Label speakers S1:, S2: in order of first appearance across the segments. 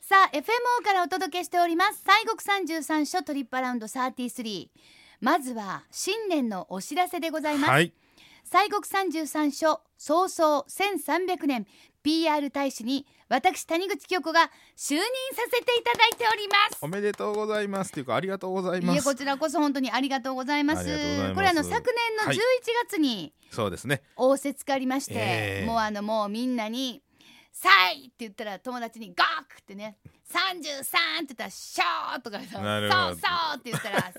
S1: さあ FMO からお届けしております西国三十三所トリップアラウンド33まずは新年のお知らせでございます、
S2: はい
S1: 西国三十三所早々1300年 PR 大使に私谷口京子が就任させていただいております
S2: おめでとうございますっていうかありがとうござい
S1: い
S2: ま
S1: えこ
S2: す
S1: ちらこそ本当にありがとうございます
S2: ありがとうございます
S1: これあの昨年の
S2: はい
S1: 11月に
S2: そうですね
S1: 応接がありまして、
S2: ええ
S1: もうあのもうみんなに「さい!」って言ったら友達に「ガク!」ってね「33!」って言ったら「ショー!」とかさ「
S2: なるほ
S1: そ
S2: ど
S1: うそう!」って言ったら「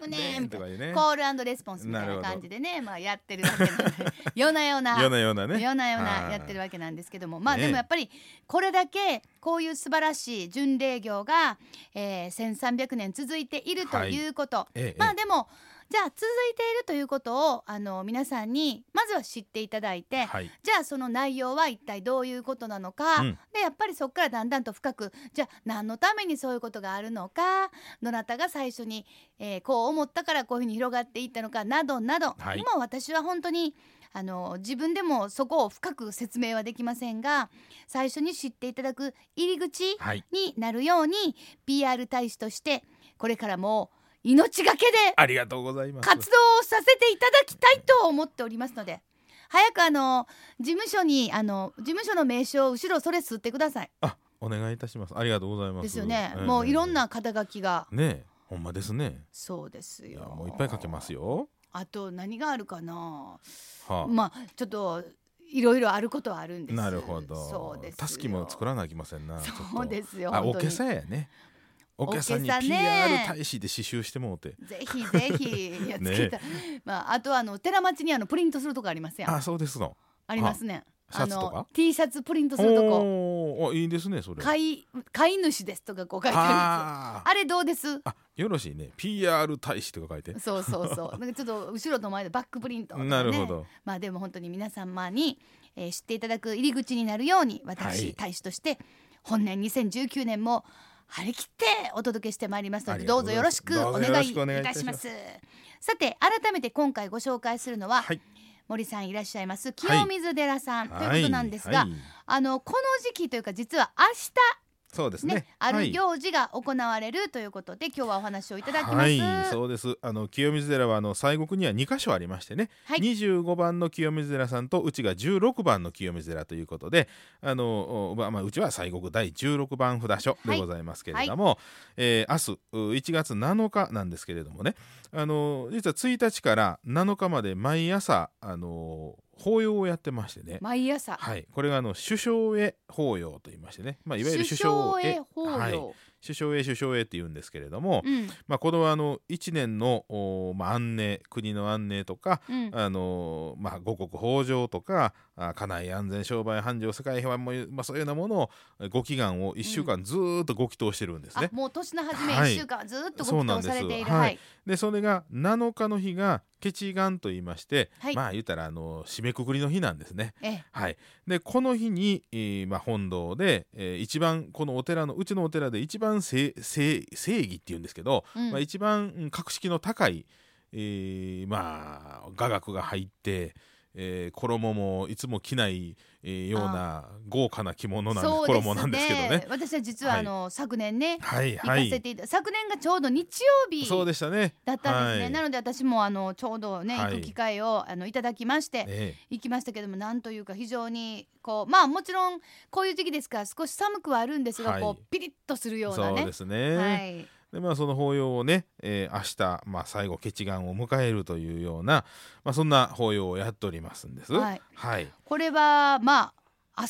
S1: 1300年!」みたい
S2: と
S1: な
S2: か。でね
S1: コールレスポンスみたいな感じでね、まあやってるわけなんで、夜な夜な、
S2: ようなようなね
S1: 夜な夜
S2: は
S1: ないやってるわけなんですけども、まあ
S2: ね
S1: でもやっぱりこれだけこういう素晴らしい巡礼業が、えー、1300年続いているということ、
S2: ええ
S1: まあでもじゃあ続いているということをあの皆さんにまずは知っていただいて、
S2: はい
S1: じゃあその内容は一体どういうことなのか、
S2: うん
S1: でやっぱりそこからだんだんと深くじゃあ何のためにそういうことがあるのかどなたが最初に、えーこう思ったからこういうふうに広がっていったのかなどなど、
S2: はい
S1: もう私は本当にあの自分でもそこを深く説明はできませんが最初に知っていただく入り口
S2: はい
S1: になるように PR 大使としてこれからも命がけで
S2: ありがとうございます
S1: 活動をさせていただきたいと思っておりますので早くあの事務所にあの事務所の名称を後ろそれ吸ってください
S2: あお願いいたしますありがとうございます
S1: ですよね、
S2: ええ
S1: もういろんな肩書きが
S2: ねえほんまですね
S1: そうです
S2: いや
S1: よ
S2: もういっぱいかけますよ
S1: あと何があるかな
S2: はあ
S1: まあちょっといろいろあることはあるんです
S2: なるほど
S1: そうですよ
S2: タスキも作らなきゃいけませんなちょっと
S1: そうですよ
S2: あ
S1: 本
S2: お
S1: 当
S2: け
S1: に
S2: さやねおけさに
S1: おけさね
S2: PR 大使で刺繍してもうて
S1: ぜひぜひいやつけた、まああとあの寺町にあのプリントするとこありますやん
S2: あそうですの
S1: ありますね
S2: あシャツとか
S1: あの T シャツプリントするとこ
S2: おーあいいですねそれ
S1: 飼い飼い主ですとかこう書いてあるんですよ
S2: あー
S1: あれどうです
S2: あよろしいね PR 大使とか書いて
S1: そうそうそうなんかちょっと後ろの前でバックプリントとかね
S2: なるほど
S1: まあでも本当に皆様に、えー知っていただく入り口になるように私、
S2: はい
S1: 大使として本年2019年も張り切ってお届けしてまいりますの
S2: あ
S1: で
S2: りが
S1: ど
S2: とう
S1: うぞよ
S2: ございま
S1: ろ
S2: す
S1: しくお願いい
S2: どうぞよろしくお願いい
S1: た
S2: た
S1: し
S2: し
S1: ま
S2: ますす
S1: さて改めて今回ご紹介するのは、
S2: はい
S1: 森さんいらっしゃいます
S2: はい
S1: 清水寺さん、と
S2: はいいう
S1: ことなんですが、
S2: はい
S1: あのこの時期というか実は明日
S2: そうです
S1: ね
S2: ね
S1: ある
S2: はい
S1: 行事が行われるということで、今日はお話をいただきます。
S2: はい、そうです。あの清水寺はあの西国には2箇所ありましてね、
S1: はい
S2: 25番の清水寺さんとうちが16番の清水寺ということで、あのおまあまあうちは西国第16番札所でございますけれども、えー明日う1月7日なんですけれどもね、あの実は1日から7日まで毎朝あの法要をやってましてね。
S1: 毎朝、
S2: はい、これがあの首相へ法要と言いましてね、まあ、いわゆる首相
S1: 首
S2: へ
S1: 相法要、
S2: はい、首相へ首相へって言うんですけれども、
S1: うん
S2: まあ、このあの1年の、おまあ、安寧国の安寧とか、
S1: うん、
S2: あのまあ、五穀豊穣とかあ家内安全商売繁盛世界平和もう、まあ、そういうようなものをえご祈願を1週間ずーっとご祈祷してるんです
S1: あ
S2: ね。
S1: もう年の初め
S2: は
S1: 一
S2: い
S1: 週間ずっと
S2: そ
S1: ご
S2: うな
S1: 祈
S2: ん
S1: 祷
S2: で
S1: さ
S2: す
S1: れている、
S2: はい
S1: はい、
S2: でそれが7日の日がケチガンと言いまして、
S1: はい
S2: まあ言ったらあの締めくくりの日なんですね。
S1: ええ
S2: はい、でこの日に、えーまあ、本堂で、えー一番このお寺のうちのお寺で一番正正正義っていうんですけど、
S1: うん
S2: まあ、一番うん格式の高い、えーまあ雅楽が入って、えー衣もいつも着ない、えーような豪華な着物なんです
S1: そう
S2: 衣なんですけどね。
S1: 私は実は
S2: はい
S1: あの、昨年ね
S2: はい
S1: 行か
S2: は
S1: せ
S2: い
S1: ていた、昨年がちょうど日
S2: そう
S1: 曜日
S2: でしたね。
S1: だったんですね、
S2: はい
S1: なので私もあのちょうどね、
S2: はい
S1: 行く機会をあのいただきまして、
S2: え
S1: 行きましたけどもなんというか非常にこうまあもちろんこういう時期ですから少し寒くはあるんですが、
S2: はい
S1: こうピリッとする
S2: え
S1: ような
S2: そう
S1: ね
S2: で。すね。
S1: はい、
S2: でまあその法要をね、えー明日まあ最後決願を迎えるというようなまあそんな法要をやっておりますんです。
S1: はい
S2: はい。
S1: これはまあ
S2: う
S1: 明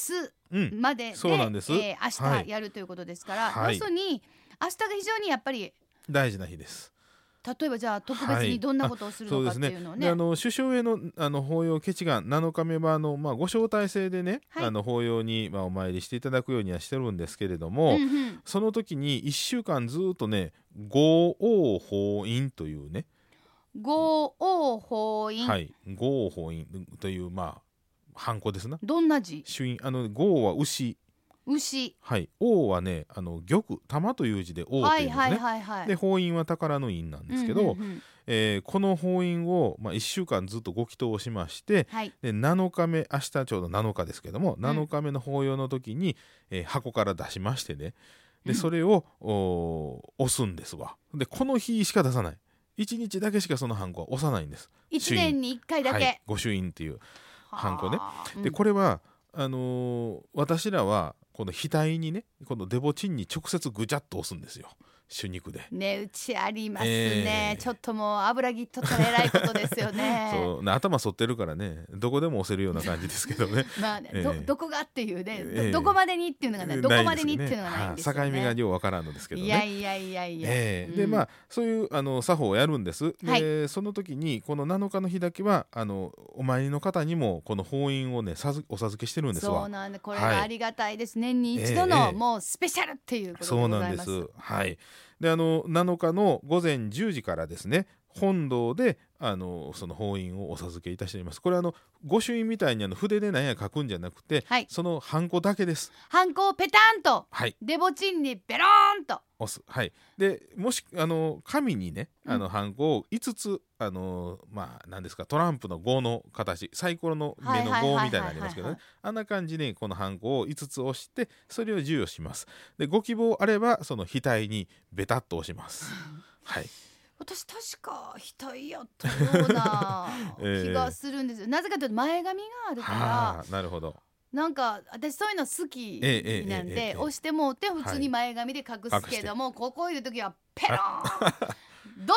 S1: 日
S2: ん。
S1: までで,、
S2: そうなんです
S1: えー
S2: は
S1: 明日
S2: い
S1: やるということですから、
S2: はい
S1: 要するに明日が非常にやっぱり
S2: 大事な日です。
S1: 例えばじゃあ特別
S2: は
S1: に
S2: い
S1: どんなことをするの
S2: そう
S1: か
S2: で
S1: っ
S2: す
S1: て
S2: ね
S1: いうのを
S2: で
S1: ね
S2: あ。の首相へのあの法要決願7日目はあの、まあ、ご招待制でね、
S1: はい
S2: あの法要に、まあ、お参りしていただくようにはしてるんですけれども、
S1: うんうん
S2: その時に1週間ずっとね「五王法院」というね
S1: 五王法
S2: 「
S1: 院、
S2: はい、五王法院」というまあハンコですな
S1: どんな字
S2: 朱印あの五は牛、
S1: 牛
S2: はい、王はねあの玉玉という字で王と
S1: はいいう
S2: ですね。
S1: はいはいはい。
S2: で法院は宝の院なんですけど、
S1: うんうんうん
S2: えーこの法院を、まあ、1週間ずっとご祈祷をしまして、
S1: はい
S2: で7日目明日ちょうど7日ですけども
S1: ん
S2: 7日目の法要の時に、えー箱から出しましてねでそれをお押すんですわでこの日しか出さない1日だけしかそのハンコは押さないんです
S1: 一年に一回だけ、
S2: はい、御朱印っていうハンコね
S1: はあ
S2: でこれはあのー私らはこの額にねこのデボチンに直接ぐちゃっと押すんですよ手肉で。
S1: うん値打ちありますね、
S2: えー
S1: ちょっともう油ぎっとったらえらいことですよね
S2: そうな頭反ってるからねどこでも押せるような感じですけどね
S1: まあね、
S2: え
S1: ど
S2: ー
S1: どこがっていうね、ど
S2: えー
S1: どこまでにっていうのがねどこまでにっていうのがないんですよね
S2: はあ境目がようわからんのですけどね
S1: いやいやいやいや、
S2: ええで
S1: うん
S2: まあそういうあの作法をやるんです、で
S1: はい
S2: その時にこの7日の日だけはあのお参りの方にもこの法印をねさずお授けしてるんです
S1: そう
S2: わ
S1: なんでこれ
S2: はい
S1: がありがたいです、年に一度
S2: えええ
S1: の
S2: え
S1: もうスペシャルっていうことで
S2: そう
S1: ご
S2: な
S1: ざ
S2: ん
S1: い
S2: で
S1: ます
S2: すはいであの7日の午前10時からですね本堂であのその法印をお授けいたしておりますこれあの御朱印みたいにあの筆で何や書くんじゃなくて、
S1: はい
S2: そのハンコだけです
S1: ハンコをペタンと
S2: はい
S1: デボチンにベローンと
S2: 押すはいでもしあの紙にね
S1: うん
S2: あのハンコを5つあのまあ何ですかトランプの5の形サイコロの目の
S1: はいはいはいはいはい
S2: 5みたいなのありますけどねあんな感じでこのハンコを5つ押してそれを授与しますでご希望あればその額にベタっと押します はい
S1: 私確か額やったような
S2: ええ
S1: 気がするんですよ、なぜかというと前髪があるから
S2: はあなるほど
S1: なんか私そういうの好き
S2: ええ
S1: なんで、
S2: ええええ
S1: 押してもうて普通に前髪で隠すけども、ここいる時はペローンど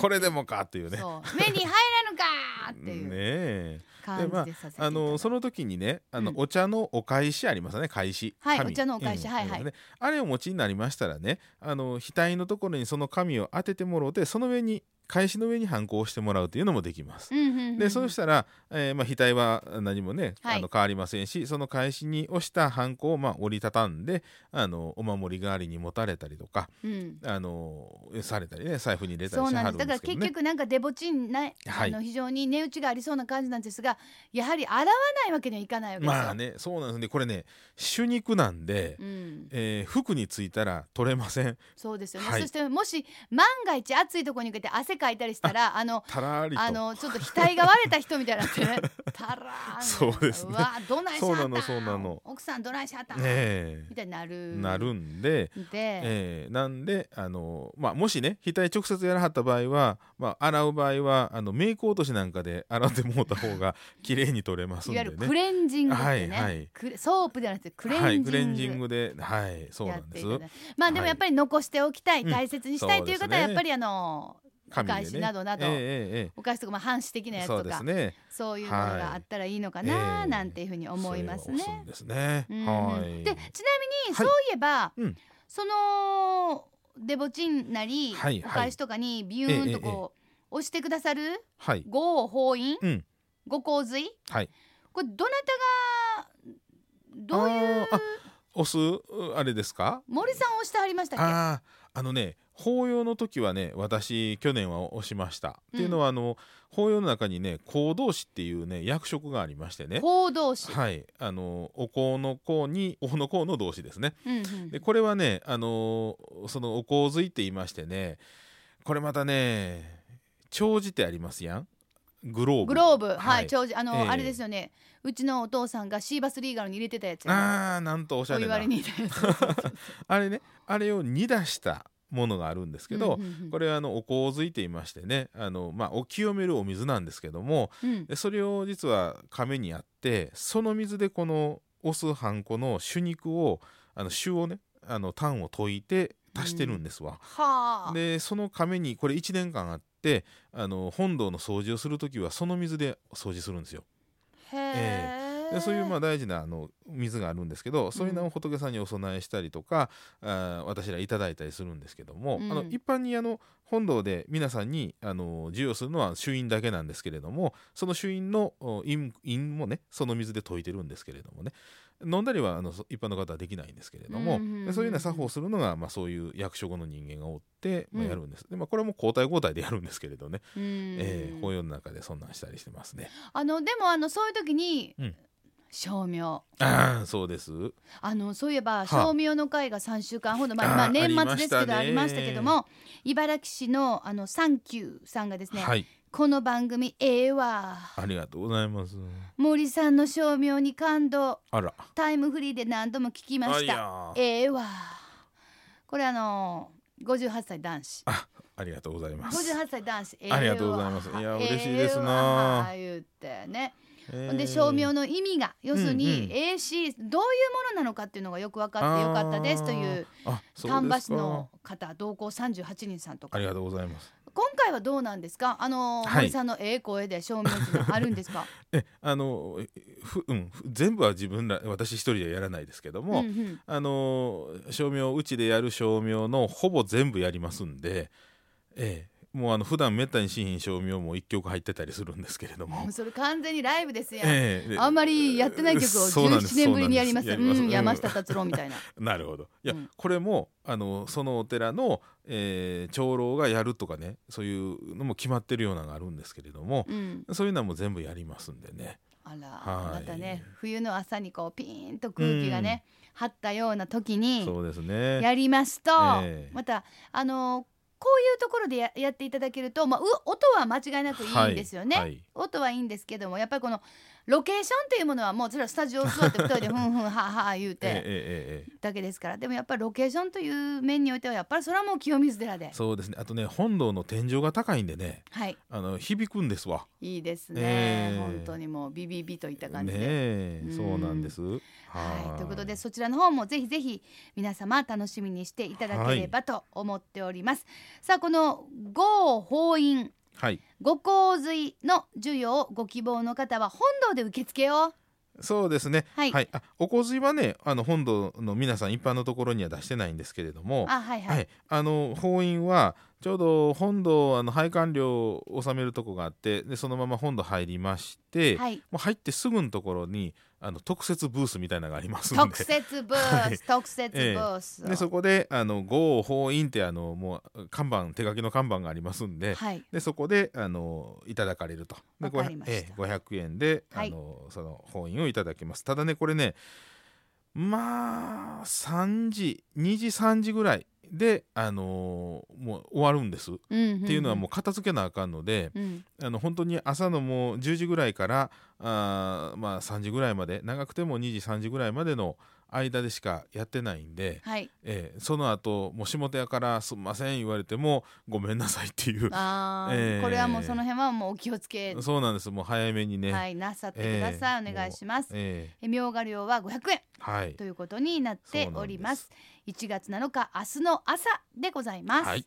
S2: これでもかっていう
S1: や
S2: ね
S1: そう目に入らぬかって
S2: ね
S1: いう
S2: え
S1: 感じでさせていただきます
S2: あのその時にねあの、
S1: うん
S2: お茶のお返しありますね返し
S1: はい
S2: 紙
S1: お茶のお返し
S2: うん
S1: はいはい
S2: ありますねあれをお持ちになりましたらねあの額のところにその紙を当ててもろうてその上に返しの上に反抗してもらうというのもできます。
S1: うんうんうんうん
S2: でそうしたら、えーまあ、額は何もね、
S1: はい
S2: あの変わりませんしその返しに押したハンコを、まあ、折りたたんであのお守り代わりに持たれたりとか
S1: うん
S2: あのされたりね財布に入れたり
S1: そう
S2: して
S1: なん
S2: は
S1: です
S2: るん
S1: だから
S2: ですけ
S1: 結
S2: どね。
S1: 局なんかデボチンない、
S2: はい
S1: あの非常に値打ちがありそうな感じなんですがやはり洗わないわけにはいかないわけですよ、
S2: まあねそうなんですねこれね手肉なんで、
S1: うん、
S2: えー服についたら取れませ ん
S1: そうですよね、
S2: はい
S1: そしてもし万が一暑いところに向けて汗かいたりした らあの
S2: たらりと
S1: あのちょっと額が割れた人みたいになって ねたらーん
S2: そうですね
S1: うわどないしはったん
S2: そうなのそうなの
S1: 奥さんどないしはったん、
S2: え
S1: みたいにな
S2: え
S1: る
S2: なるんで、
S1: で、
S2: ええなんであの、まあ、もしね額直接やらはった場合は、まあ、洗う場合はあのメイク落としなんかで洗ってもうた 方が綺麗に取れますん
S1: いわ
S2: で
S1: ゆるク
S2: ね。
S1: レンジングってね、
S2: はいはい
S1: クレソープじゃなくてクレンジング,、
S2: はい、クレンジングで、はい、そう
S1: や
S2: な
S1: っ
S2: ん
S1: て
S2: で
S1: い
S2: す
S1: た。だいてまあでも
S2: はい
S1: やっぱり残しておきたい、
S2: うん
S1: 大切にしたい
S2: そう
S1: とい
S2: で
S1: う
S2: すね
S1: 方はやっぱりあの、
S2: 紙で
S1: お返しなどなど
S2: えええ
S1: お返しとかまあ反射的
S2: え
S1: な
S2: ええ
S1: やつ
S2: そ
S1: と
S2: うで
S1: か
S2: す
S1: そう,、い
S2: ね。
S1: うのがあったらいいのかな、
S2: はいええ
S1: なんていうふうに思いますね
S2: そ。れは押すんですね。
S1: うんうん
S2: はい。
S1: でちなみに
S2: は
S1: そ
S2: いう
S1: いえば、
S2: うん
S1: そのデボチンなり、
S2: はい
S1: お
S2: はい
S1: 返しとかにビューンとこう、押してくださる
S2: はい、
S1: ご法院、
S2: うん
S1: ご洪水
S2: はい。
S1: これどなたがどういう
S2: あーあ押すうあれですか？
S1: 森さん押してはりましたっけ
S2: ああーあのね法要の時はね私去年は押しました、
S1: うん
S2: っていうのはあの法要の中にね香道士っていうね役職がありましてね
S1: 報道士、
S2: はいあのお香の香にお香の香の動詞ですね
S1: うんうん
S2: でこれはねあのそのお香水って言いましてねこれまたね長じてありますやんグローブ
S1: グローブ、はい、
S2: はい
S1: 長寿あの、
S2: ええ
S1: あれですよね。うちのお父さんがシーバスリーガルに入れてたやつやな。
S2: あーなんとおし
S1: お
S2: ゃれ
S1: 言わ
S2: な
S1: れに。
S2: あれねあれを煮出したものがあるんですけど、
S1: うんうんうん
S2: これはあのお香水と言いましてねあの、まあ、お清めるお水なんですけども
S1: うん
S2: でそれを実は亀にあってその水でこの押すハンコの手肉をあの手をねあの炭を溶いて足してるんですわ。
S1: はあ。
S2: でその亀にこれ1年間あってあの本堂の掃除をする時はその水で掃除するんですよ。
S1: へえ
S2: でそういうまあ大事なあの水があるんですけどそういうのを仏さんにお供えしたりとか、あー私らいただいたりするんですけども、
S1: うん
S2: あの一般にあの本堂で皆さんにあの授与するのは朱印だけなんですけれどもその朱印のお印印もねその水で溶いてるんですけれどもね飲んだりはあのそ一般の方はできないんですけれども、
S1: うんうんうん
S2: でそういうような作法をするのが、まあ、そういう役所後の人間がおって、まあ、
S1: うん
S2: やるんです、でまあ、これはもう交代交代でやるんですけれどね、
S1: うん
S2: えー法要の中でそんなんしたりしてますね。
S1: あのでもあのそういう時に、
S2: うん
S1: 照明
S2: あーそうです
S1: あのそういえば
S2: あ
S1: 照明の会が3週間ほど前、
S2: あー
S1: まあ、年
S2: あり
S1: 末
S2: ま
S1: で
S2: し
S1: す
S2: た
S1: けど
S2: ね
S1: ありましたけども茨城市のあのサンキューさんがですね、
S2: はい
S1: この番組ええわ
S2: ありがとうございます。
S1: 森さんの照明に感動
S2: あら。
S1: タイムフリーで何度も聞きま
S2: あ
S1: し
S2: い
S1: た
S2: やー
S1: ええわこれあのー、58歳男子
S2: ありがとうございます
S1: 58歳男子、ええわ
S2: ありがとうございますいや
S1: ええ
S2: 嬉しいです
S1: わ
S2: な
S1: 言ってね、
S2: えー
S1: で照明の意味が要する
S2: うんう
S1: に
S2: ん
S1: AC どういうものなのかっていうのがよく分かってよかったですという
S2: あそう
S1: 丹
S2: で
S1: 波
S2: す
S1: 市
S2: か
S1: の方同行38人さんと
S2: あ
S1: か
S2: りがとうございます
S1: 今回はどうなんですかあのー
S2: はい
S1: 森さんのええ声で照明っていうのはあるんですか
S2: えあのふ、うん、ふ全部は自分ら私一人ではやらないですけど も、
S1: うんうん
S2: あの照明うちでやる照明のほぼ全部やりますんで、ええ、もうあの普段めったにしひん照明も一曲入ってたりするんですけれども
S1: もう。それ完全にライブですやん、
S2: ええで
S1: あんまりやってない曲を
S2: そうなんです
S1: 17年ぶりにやります
S2: そう
S1: う
S2: なんです
S1: ん、
S2: やりま
S1: 山
S2: す
S1: 下達郎みたいな
S2: なるほどいや、
S1: うん
S2: これもあのそのお寺の、えー長老がやるとかねそういうのも決まってるようなのがあるんですけれども、
S1: うん
S2: そういうのはもう全部やりますんでね
S1: あら、
S2: はい
S1: またね冬の朝にこうピーンと空気がね、張ったような時に
S2: そうですね
S1: やりますと、
S2: ええ
S1: またあのーこういうところでややっていただけると、まあ、う音は間違いなくいいんですよね。
S2: はいはい
S1: 音はいいんですけどもやっぱりこのロケーションというものはもうそれはスタジオ座って2人で ふんふんはあはあ言う
S2: えええ
S1: て
S2: えええ
S1: だけですからでもやっぱりロケーションという面においてはやっぱりそれはもう清水寺で
S2: そうですねあとね本堂の天井が高いんでね
S1: はい
S2: あの響くんですわ
S1: いいですね、
S2: ええ
S1: 本当にもうビビビといった感
S2: ね
S1: じで。
S2: え
S1: うん
S2: そうなんです
S1: はい、ということで
S2: そ
S1: そちらの方もぜひぜひ皆様楽しみにしていただければと思っております、さあこの合法院
S2: はい
S1: ご洪水の授与をご希望の方は本堂で受け付けを
S2: そうですね
S1: はい
S2: あお洪水はねあの本堂の皆さん一般のところには出してないんですけれども
S1: あはいはい、
S2: はい、あの法院はちょうど本堂あの拝観料を納めるとこがあってでそのまま本堂入りまして、
S1: はい、
S2: もう入ってすぐのところにあの特設ブースみたいなのがありますん
S1: 特
S2: で。
S1: 設ブース、
S2: はい
S1: 特設ブース、
S2: でそこで「あの豪法院」ってあのもう看板手書きの看板がありますんで,、
S1: はい
S2: でそこであのいただかれるとで
S1: わかりました
S2: ええ500円で、
S1: はい
S2: あのその法院をいただきますただねこれねまあ3時2時3時ぐらいで、あのもう終わるんです。
S1: うんんん
S2: っていうのはもう片付けなあかんので、
S1: うん、うん
S2: あの本当に朝のもう10時ぐらいからあーまあ3時ぐらいまで長くても2時3時ぐらいまでの間でしかやってないんで、
S1: はい
S2: ええその後もう下手屋から「すんません」言われても「ごめんなさい」っていう
S1: あー
S2: えー
S1: これはもうその辺はもうお気をつけ、
S2: そうなんですもう早めにね、
S1: はいなさってください、
S2: ええ
S1: お願いします
S2: え
S1: え
S2: え
S1: 明賀料は500円
S2: はい
S1: ということになっております。1月7日明日の朝でございます。
S2: はい